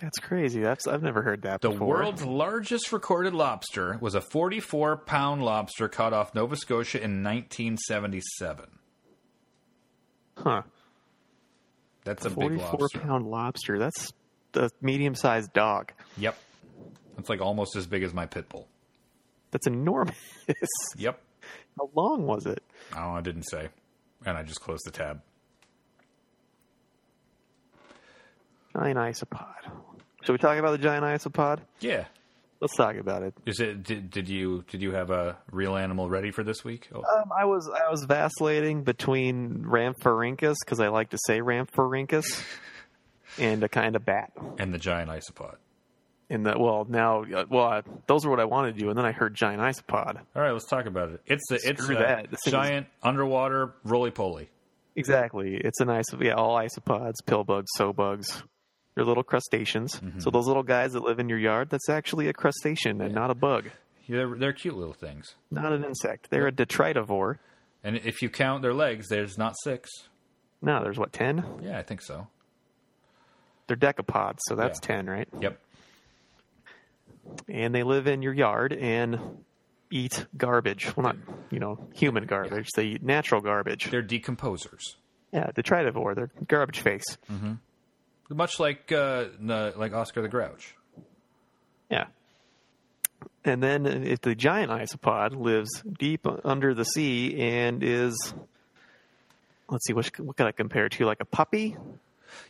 That's crazy. That's I've never heard that
The
before.
world's largest recorded lobster was a 44 pound lobster caught off Nova Scotia in 1977.
huh?
That's a big
Forty-four
lobster.
pound lobster. That's a medium-sized dog.
Yep. That's like almost as big as my pit bull.
That's enormous. [laughs]
Yep.
how long was it?
Oh, I didn't say. And I just closed the tab.
Giant isopod. Should we talk about the giant isopod?
Yeah.
Let's talk about it.
Is it did, did you did you have a real animal ready for this week? Oh,
Um, I was I was vacillating between Ramphorhynchus because I like to say Ramphorhynchus [laughs] and a kind of bat.
and the giant isopod.
And that well now uh, well I, those are what I wanted to do, and then I heard giant isopod.
All right, let's talk about it. It's the it's
Screw
a
that. This thing is-
giant underwater roly poly.
Exactly. It's an iso yeah, all isopods, pill bugs, so bugs. Your little crustaceans. So those little guys that live in your yard, that's actually a crustacean and not a bug.
They're they're cute little things.
Not an insect. They're a detritivore.
And if you count their legs, there's not six.
No, there's what, ten?
Yeah, I think so.
They're decapods, so that's
Yeah.
ten, right?
Yep.
And they live in your yard and eat garbage. Well not you know, human garbage. They eat natural garbage.
They're decomposers.
yeah, detritivore. They're garbage face.
Much like uh, n- like Oscar the Grouch.
Yeah. And then if the giant isopod lives deep under the sea and is, let's see, what, what could I compare it to? Like a puppy?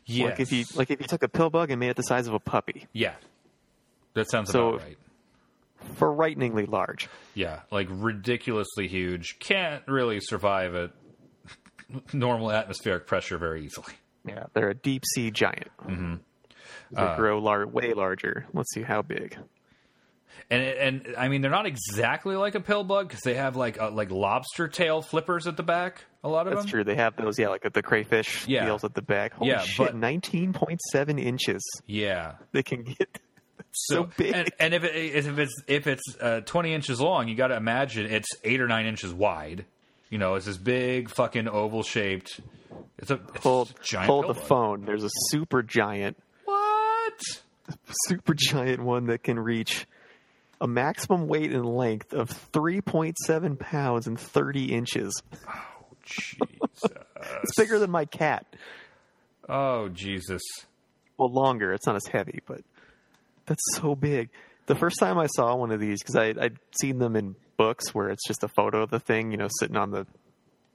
Yes.
Like if you like if you took a pill bug and made it the size of a puppy,
yeah. That sounds
So-
about right.
frighteningly large.
Yeah, like ridiculously huge. Can't really survive at [laughs] normal atmospheric pressure very easily.
Yeah, they're a deep sea giant. Mm-hmm. They
Uh,
grow lar- way larger. Let's see how big.
And and I mean they're not exactly like a pill bug because they have like uh, like lobster tail flippers at the back. A lot of
That's
them.
true. They have those, yeah, like the crayfish
Um, Yeah.
scales at the back. Holy
Yeah,
shit,
but-
19.7 inches.
Yeah.
They can get so, big.
And, and if it, if it's if it's uh, twenty inches long, you got to imagine it's eight or nine inches wide. You know, it's this big fucking oval shaped. It's a it's
hold
a giant
hold
pill
the
bug.
phone. There's a super giant,
What?
super giant one that can reach a maximum weight and length of 3.7 pounds and 30 inches.
Jesus.
It's bigger than my cat.
oh Jesus.
Well, longer. It's not as heavy, but that's so big. The first time I saw one of these, because I'd seen them in books where it's just a photo of the thing, you know, sitting on the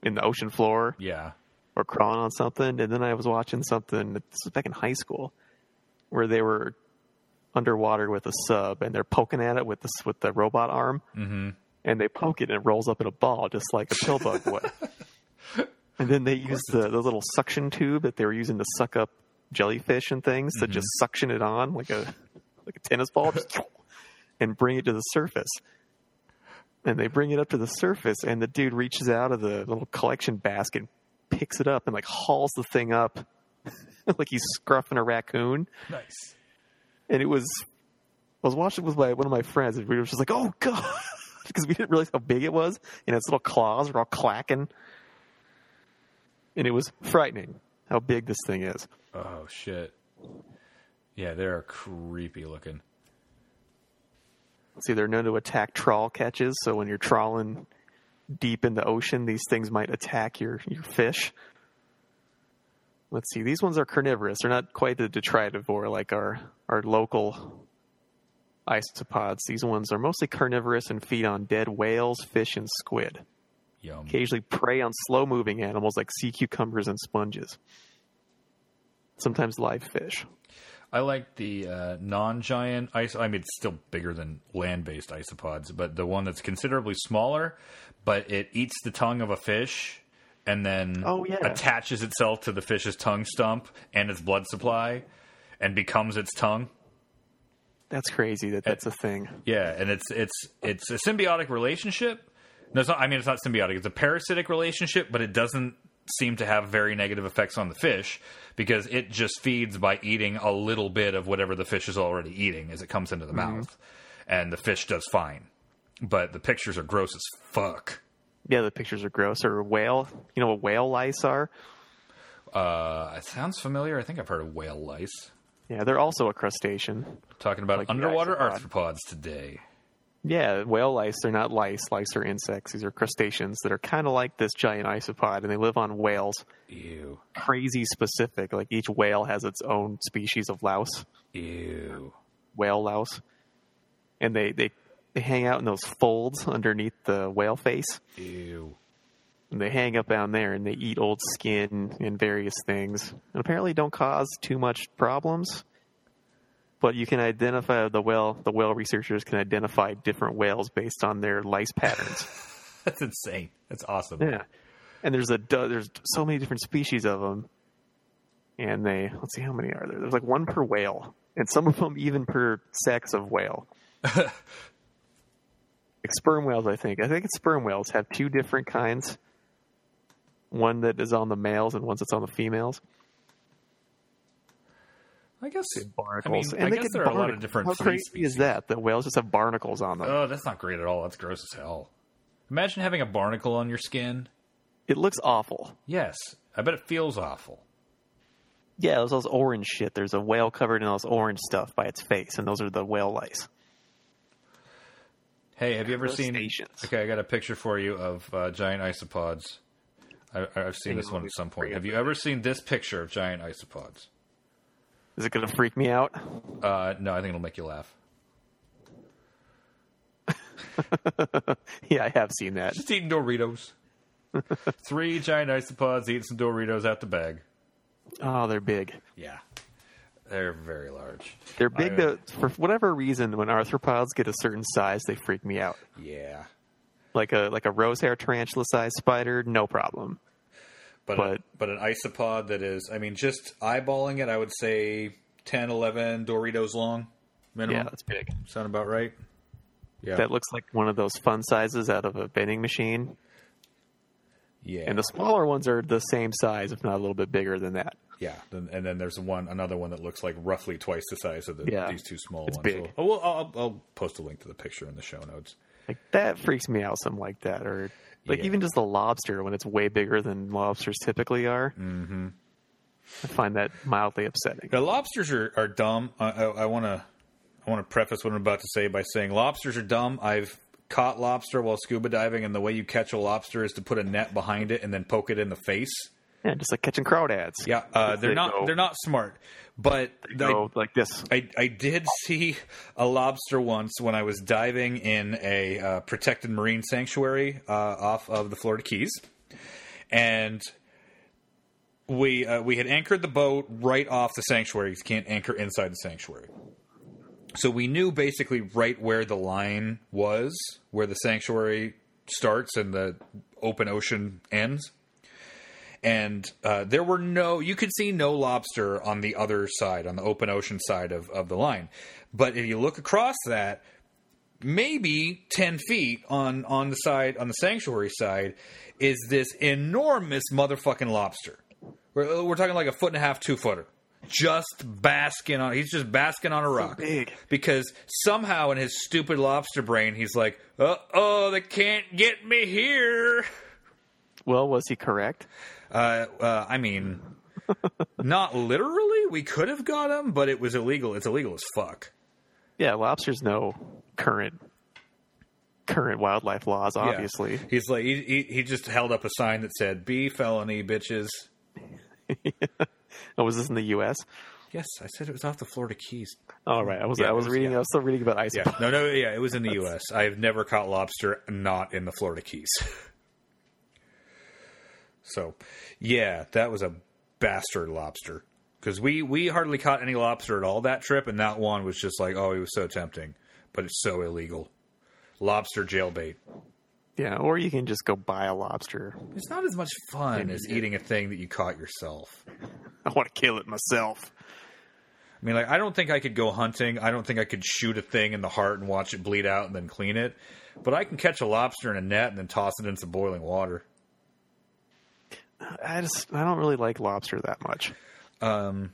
in the ocean floor
Yeah.
or crawling on something. And then I was watching something. This was back in high school, where they were underwater with a sub, and they're poking at it with this with the robot arm, mm-hmm. and they poke it, and it rolls up in a ball, just like a pill bug would. And then they use the, the little suction tube that they were using to suck up jellyfish and things to just suction it on like a like a tennis ball, just and bring it to the surface. And they bring it up to the surface, and the dude reaches out of the little collection basket, and picks it up, and like hauls the thing up [laughs] like he's scruffing a raccoon.
Nice.
And it was, I was watching with my one of my friends, and we were just like, "Oh god," [laughs] because we didn't realize how big it was, and its little claws were all clacking. and it was frightening how big this thing is.
Oh shit. Yeah, they're creepy looking.
See, they're known to attack trawl catches, so when you're trawling deep in the ocean, these things might attack your, your fish. Let's see, these ones are carnivorous. They're not quite the detritivore like our, our local isopods. These ones are mostly carnivorous and feed on dead whales, fish, and squid.
Yum.
Occasionally prey on slow moving animals like sea cucumbers and sponges. Sometimes live fish.
I like the uh, non-giant ice. I mean, it's still bigger than land-based isopods, but the one that's considerably smaller, but it eats the tongue of a fish and then
Oh, yeah.
attaches itself to the fish's tongue stump and its blood supply, and becomes its tongue.
That's crazy that that's a thing.
Yeah, and it's it's it's a symbiotic relationship. No, it's not. I mean, it's not symbiotic. It's a parasitic relationship, but it doesn't seem to have very negative effects on the fish because it just feeds by eating a little bit of whatever the fish is already eating as it comes into the mouth, and the fish does fine. But the pictures are gross as fuck.
Yeah, the pictures are gross. Or whale. You know what whale lice are?
Uh, it sounds familiar. I think I've heard of whale lice.
Yeah, they're also a crustacean.
Talking about
Like the
underwater
isopod.
arthropods today.
Yeah, whale lice, they're not lice. Lice are insects. These are crustaceans that are kind of like this giant isopod, and they live on whales.
Ew,
Crazy specific. Like each whale has its own species of louse,
ew.
whale louse. And they, they, they hang out in those folds underneath the whale face.
Ew.
And they hang up down there and they eat old skin and various things. And apparently don't cause too much problems. But you can identify the whale the whale researchers can identify different whales based on their lice patterns.
[laughs] That's insane. That's awesome.
Yeah, and there's a do- there's so many different species of them, and they let's see how many are there. There's like one per whale, and some of them even per sex of
[laughs]
whale. like sperm whales, I think. I think it's sperm whales have two different kinds. One that is on the males and one that's on the females.
I guess
Barnacles.
I mean,
and
I
they
guess
get
there are a lot of
barnacles.
different
How
flea
crazy
species.
is that? That whales just have barnacles on them.
Oh, that's not great at all. That's gross as hell. Imagine having a barnacle on your skin.
it looks awful.
Yes, I bet it feels awful.
Yeah, there's all this orange shit. There's a whale covered in all this orange stuff by its face, and those are the whale lice.
Hey, have you ever seen?
Crustaceans.
Okay, I got a picture for you of uh, giant isopods. I, I've seen this one at some point. Have you ever seen this picture of giant isopods?
Is it going to freak me out? [laughs]
Uh, no, I think it'll make you laugh.
Yeah, I have seen that.
Just
[laughs]
eating Doritos. [laughs] Three giant isopods eating some Doritos out the bag.
Oh, they're big.
Yeah, they're very large.
They're big
I-
though. For whatever reason, when arthropods get a certain size, they freak me out.
Yeah,
Like a like a rosehair tarantula sized spider, no problem.
but
But-
but an isopod that is i mean just eyeballing it i would say 10 11 doritos long
Yeah,
minimum
that's big.
sound about right yeah
That looks like one of those fun sizes out of a vending machine.
yeah
And the smaller ones are the same size, if not a little bit bigger than that.
yeah Then- and then there's one another one that looks like roughly twice the size of the,
Yeah.
these two small
It's
ones
big.
Oh, well, I'll, I'll- I'll post a link to the picture in the show notes
Like that freaks me out. Something like that, or like
Yeah.
even just the lobster when it's way bigger than lobsters typically are. Mm-hmm. I find that mildly upsetting.
Now, lobsters are, are dumb. I- I want to I want to preface what I'm about to say by saying lobsters are dumb. I've caught lobster while scuba diving, and the way you catch a lobster is to put a net behind it and then poke it in the face.
Yeah, just like catching crawdads.
Yeah, uh, they're
They
not
go-
they're not smart, but I,
go like this.
I I did [laughs] see a lobster once when I was diving in a uh, protected marine sanctuary uh, off of the Florida Keys, and we uh, we had anchored the boat right off the sanctuary. You can't anchor inside the sanctuary. So we knew basically right where the line was, where the sanctuary starts and the open ocean ends. And uh, there were no, you could see no lobster on the other side, on the open ocean side of, of the line. But if you look across that, maybe 10 feet on, on the side, on the sanctuary side, is this enormous motherfucking lobster. We're, we're talking like a foot and a half, two footer. Just basking on, he's just basking on a rock
big.
because somehow in his stupid lobster brain, he's like, "Uh oh, they can't get me here."
Well, was he correct?
Uh, uh, I mean, not literally. We could have got him, but it was illegal. It's illegal as fuck.
Yeah, lobster's no current current wildlife laws,
Yeah.
obviously.
he's like he, he he just held up a sign that said "B felony bitches."
Oh, was this in the U.S.?
Yes, I said it was off the Florida Keys.
All right, I was
Yeah,
I
it
was
was-
reading.
yeah.
I was still reading about ice.
Yeah, no, no, yeah, it was in the U.S. I have never caught lobster not in the Florida Keys. [laughs] so, yeah, that was a bastard lobster because we we hardly caught any lobster at all that trip, and that one was just like, oh, it was so tempting, but it's so illegal. Lobster jailbait.
yeah, or you can just go buy a lobster.
It's not as much fun as eating a thing that you caught yourself.
I want to kill it myself.
I mean, like, I don't think I could go hunting. I don't think I could shoot a thing in the heart and watch it bleed out and then clean it. But I can catch a lobster in a net and then toss it in some boiling water.
I just I don't really like lobster that much.
Um,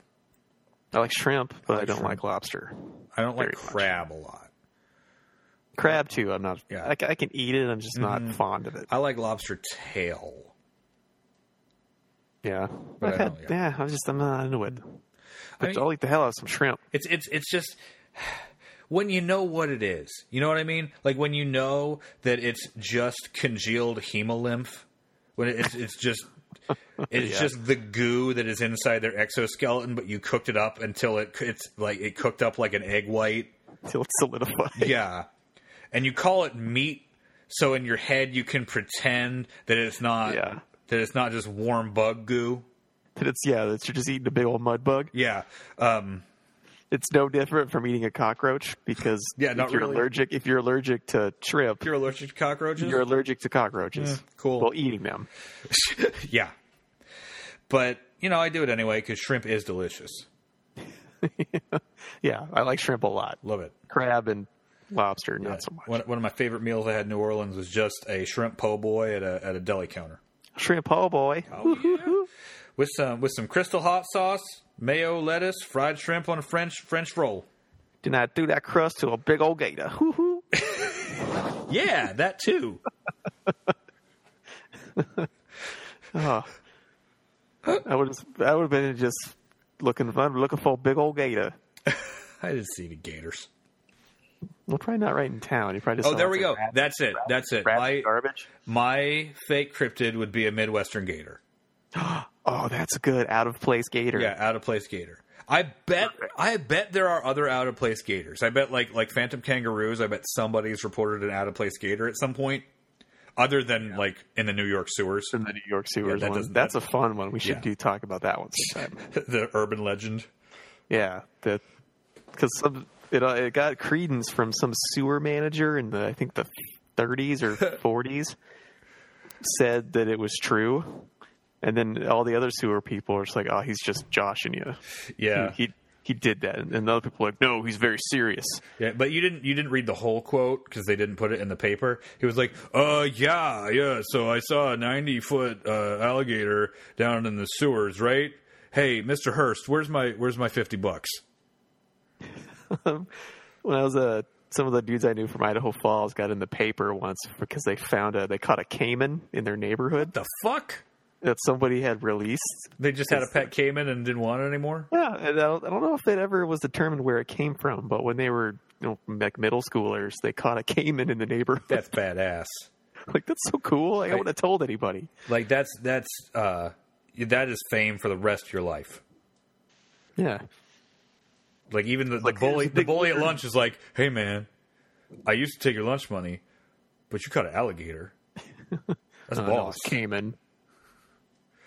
I like shrimp, but I,
like
don't
shrimp.
like lobster.
I don't like
Very much.
crab a lot.
Crab too. I'm not.
Yeah. Mm-hmm.
I, ca- I can eat it. I'm just not fond of it.
I like lobster tail.
Yeah,
But
I've
I
had,
don't, yeah. Mm-hmm.
yeah. I'm just I'm not into it. But
mean-
I'll eat the hell out of some shrimp.
It's it's it's just when you know what it is. You know what I mean? Like when you know that it's just congealed hemolymph. When it's it's [laughs] just it's
Yeah.
just the goo that is inside their exoskeleton, but you cooked it up until it it's like it cooked up like an egg white.
[laughs] till it's solidified.
Yeah. And you call it meat, so in your head you can pretend that it's not
Yeah.
that it's not just warm bug goo.
[laughs] That it's yeah, that you're just eating a big old mud bug.
Yeah. Um
It's no different from eating a cockroach because
[laughs] Yeah, not
if you're
really.
allergic if you're allergic to shrimp,
you're allergic to cockroaches?
you're allergic to cockroaches.
cool.
Well, eating them.
[laughs] yeah. But, you know, I do it anyway cuz shrimp is delicious.
Yeah, I like shrimp a lot.
Love it.
Crab and lobster, not so much.
One, one of my favorite meals I had in New Orleans was just a shrimp po' boy at a at a deli counter.
Shrimp, oh boy.
With some with some crystal hot sauce, mayo, lettuce, fried shrimp on a french french roll.
Then I threw that crust to a big old gator. Hoo
[laughs]
hoo.
Yeah, that too.
I would I would have been just looking I'm looking for a big old gator.
I didn't see the gators.
Well, probably not right in town. You probably just
Oh,
saw
there
lots
we
of
go.
rats-
That's it. That's it.
rats
My
and garbage.
my fake cryptid would be a Midwestern gator.
Oh, that's a good out of place gator.
Yeah, out of place gator. I bet I bet there are other out of place gators. I bet like like phantom kangaroos, I bet somebody's reported an out of place gator at some point other than like in the New York sewers,
in the New York sewers
that
one.
doesn't-
That's
that-
a fun one. We should
Yeah.
do talk about that one sometime.
[laughs] the urban legend.
yeah, that because some it uh, it got credence from some sewer manager in the I think the 30s
[laughs]
or 40s said that it was true, and then all the other sewer people are just like, oh, he's just joshing you. [laughs]
Yeah.
He, he he did that, and the other people are like, no, he's very serious. [laughs]
Yeah, but you didn't you didn't read the whole quote because they didn't put it in the paper. He was like, "Uh, yeah, yeah. So I saw a ninety foot uh, alligator down in the sewers, right? Hey, Mister Hurst, where's my where's my fifty bucks?
when I was uh, some of the dudes I knew from Idaho Falls got in the paper once because they found a they caught a caiman in their neighborhood
The fuck?
that somebody had released.
They just had a pet caiman and didn't want it anymore.
Yeah, and I don't, I don't know if it ever was determined where it came from, but when they were you know, like middle schoolers, they caught a caiman in the neighborhood.
That's badass.
[laughs] like that's so cool. Like, I wouldn't have told anybody.
Like that's that's uh that is fame for the rest of your life.
Yeah,
Like even the,
Like,
the
[laughs]
bully
here's a
the
big
bully at lunch is like, "Hey man, I used to take your lunch money, but you caught
[laughs]
an alligator. That's
Uh, no, it
boss."
was caiman.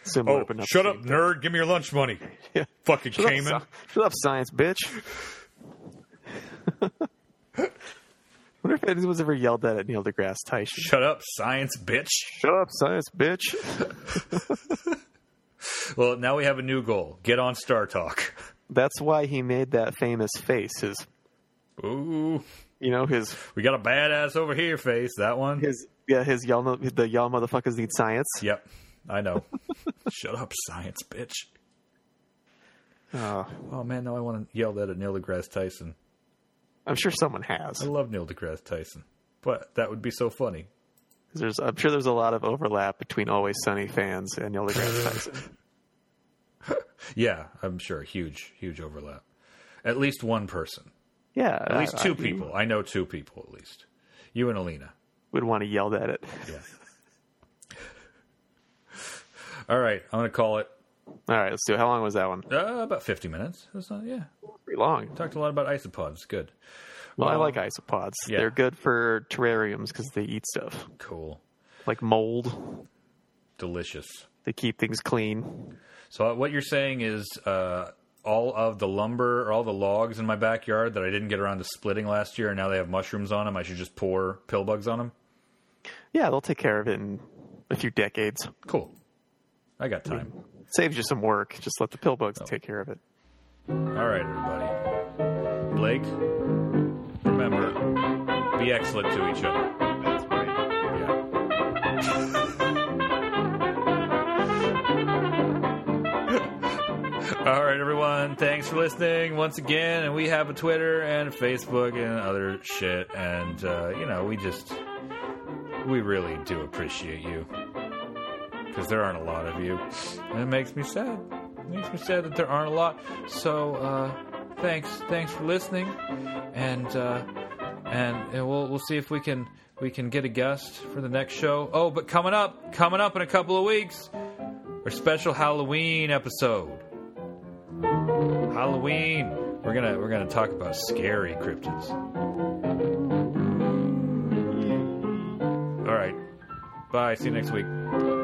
Similar,
Oh,
but not
shut
the
up,
same.
nerd! Give me your lunch money.
[laughs] Yeah.
Fucking
Shut
Cayman.
Up, sci- shut up, science bitch. [laughs] wonder if anyone's ever yelled that at Neil deGrasse Tyson.
Shut up, science bitch.
Shut up, science bitch.
Well, now we have a new goal. Get on Star Talk. [laughs]
That's why he made that famous face. His,
Ooh,
you know, his,
we got a badass over here face. That one.
his, yeah, his y'all, know- the y'all motherfuckers need science.
Yep, I know. [laughs] Shut up, science bitch.
Oh,
Oh man, now I want to yell that at Neil deGrasse Tyson.
I'm sure someone has.
I love Neil deGrasse Tyson, but that would be so funny.
There's, I'm sure there's a lot of overlap between Always Sunny fans and Neil
[laughs]
deGrasse Tyson.
Yeah, I'm sure. Huge, huge overlap. At least one person.
Yeah,
At least two people. I know two people at least. You and Alina.
would want to yell at it.
Yeah. [laughs] All right, I'm gonna call it
All right, let's do it. How long was that one?
uh, about 50 minutes. That's not, yeah,
Pretty long.
talked a lot about isopods. Good,
Well, I like isopods.
yeah.
They're good for terrariums because they eat stuff
cool,
like mold.
delicious.
They keep things clean.
So what you're saying is uh, all of the lumber or all the logs in my backyard that I didn't get around to splitting last year, and now they have mushrooms on them. I should just pour pill bugs on them.
Yeah, they'll take care of it in a few decades.
Cool. I got time.
Saves you some work. Just let the pill bugs
Oh.
take care of it.
All right, everybody. Blake, remember, be excellent to each other.
That's right.
Yeah. [laughs] All right, everyone. Thanks for listening once again. And we have a Twitter and a Facebook and other shit. And, uh, you know, we just, we really do appreciate you. Because there aren't a lot of you. And it makes me sad. It makes me sad that there aren't a lot. So, uh, thanks. Thanks for listening. And, uh, and, and we'll we'll see if we can we can get a guest for the next show. Oh, but coming up, coming up in a couple of weeks, our special Halloween episode. Halloween. We're gonna we're gonna talk about scary cryptids. All right. Bye. See you next week.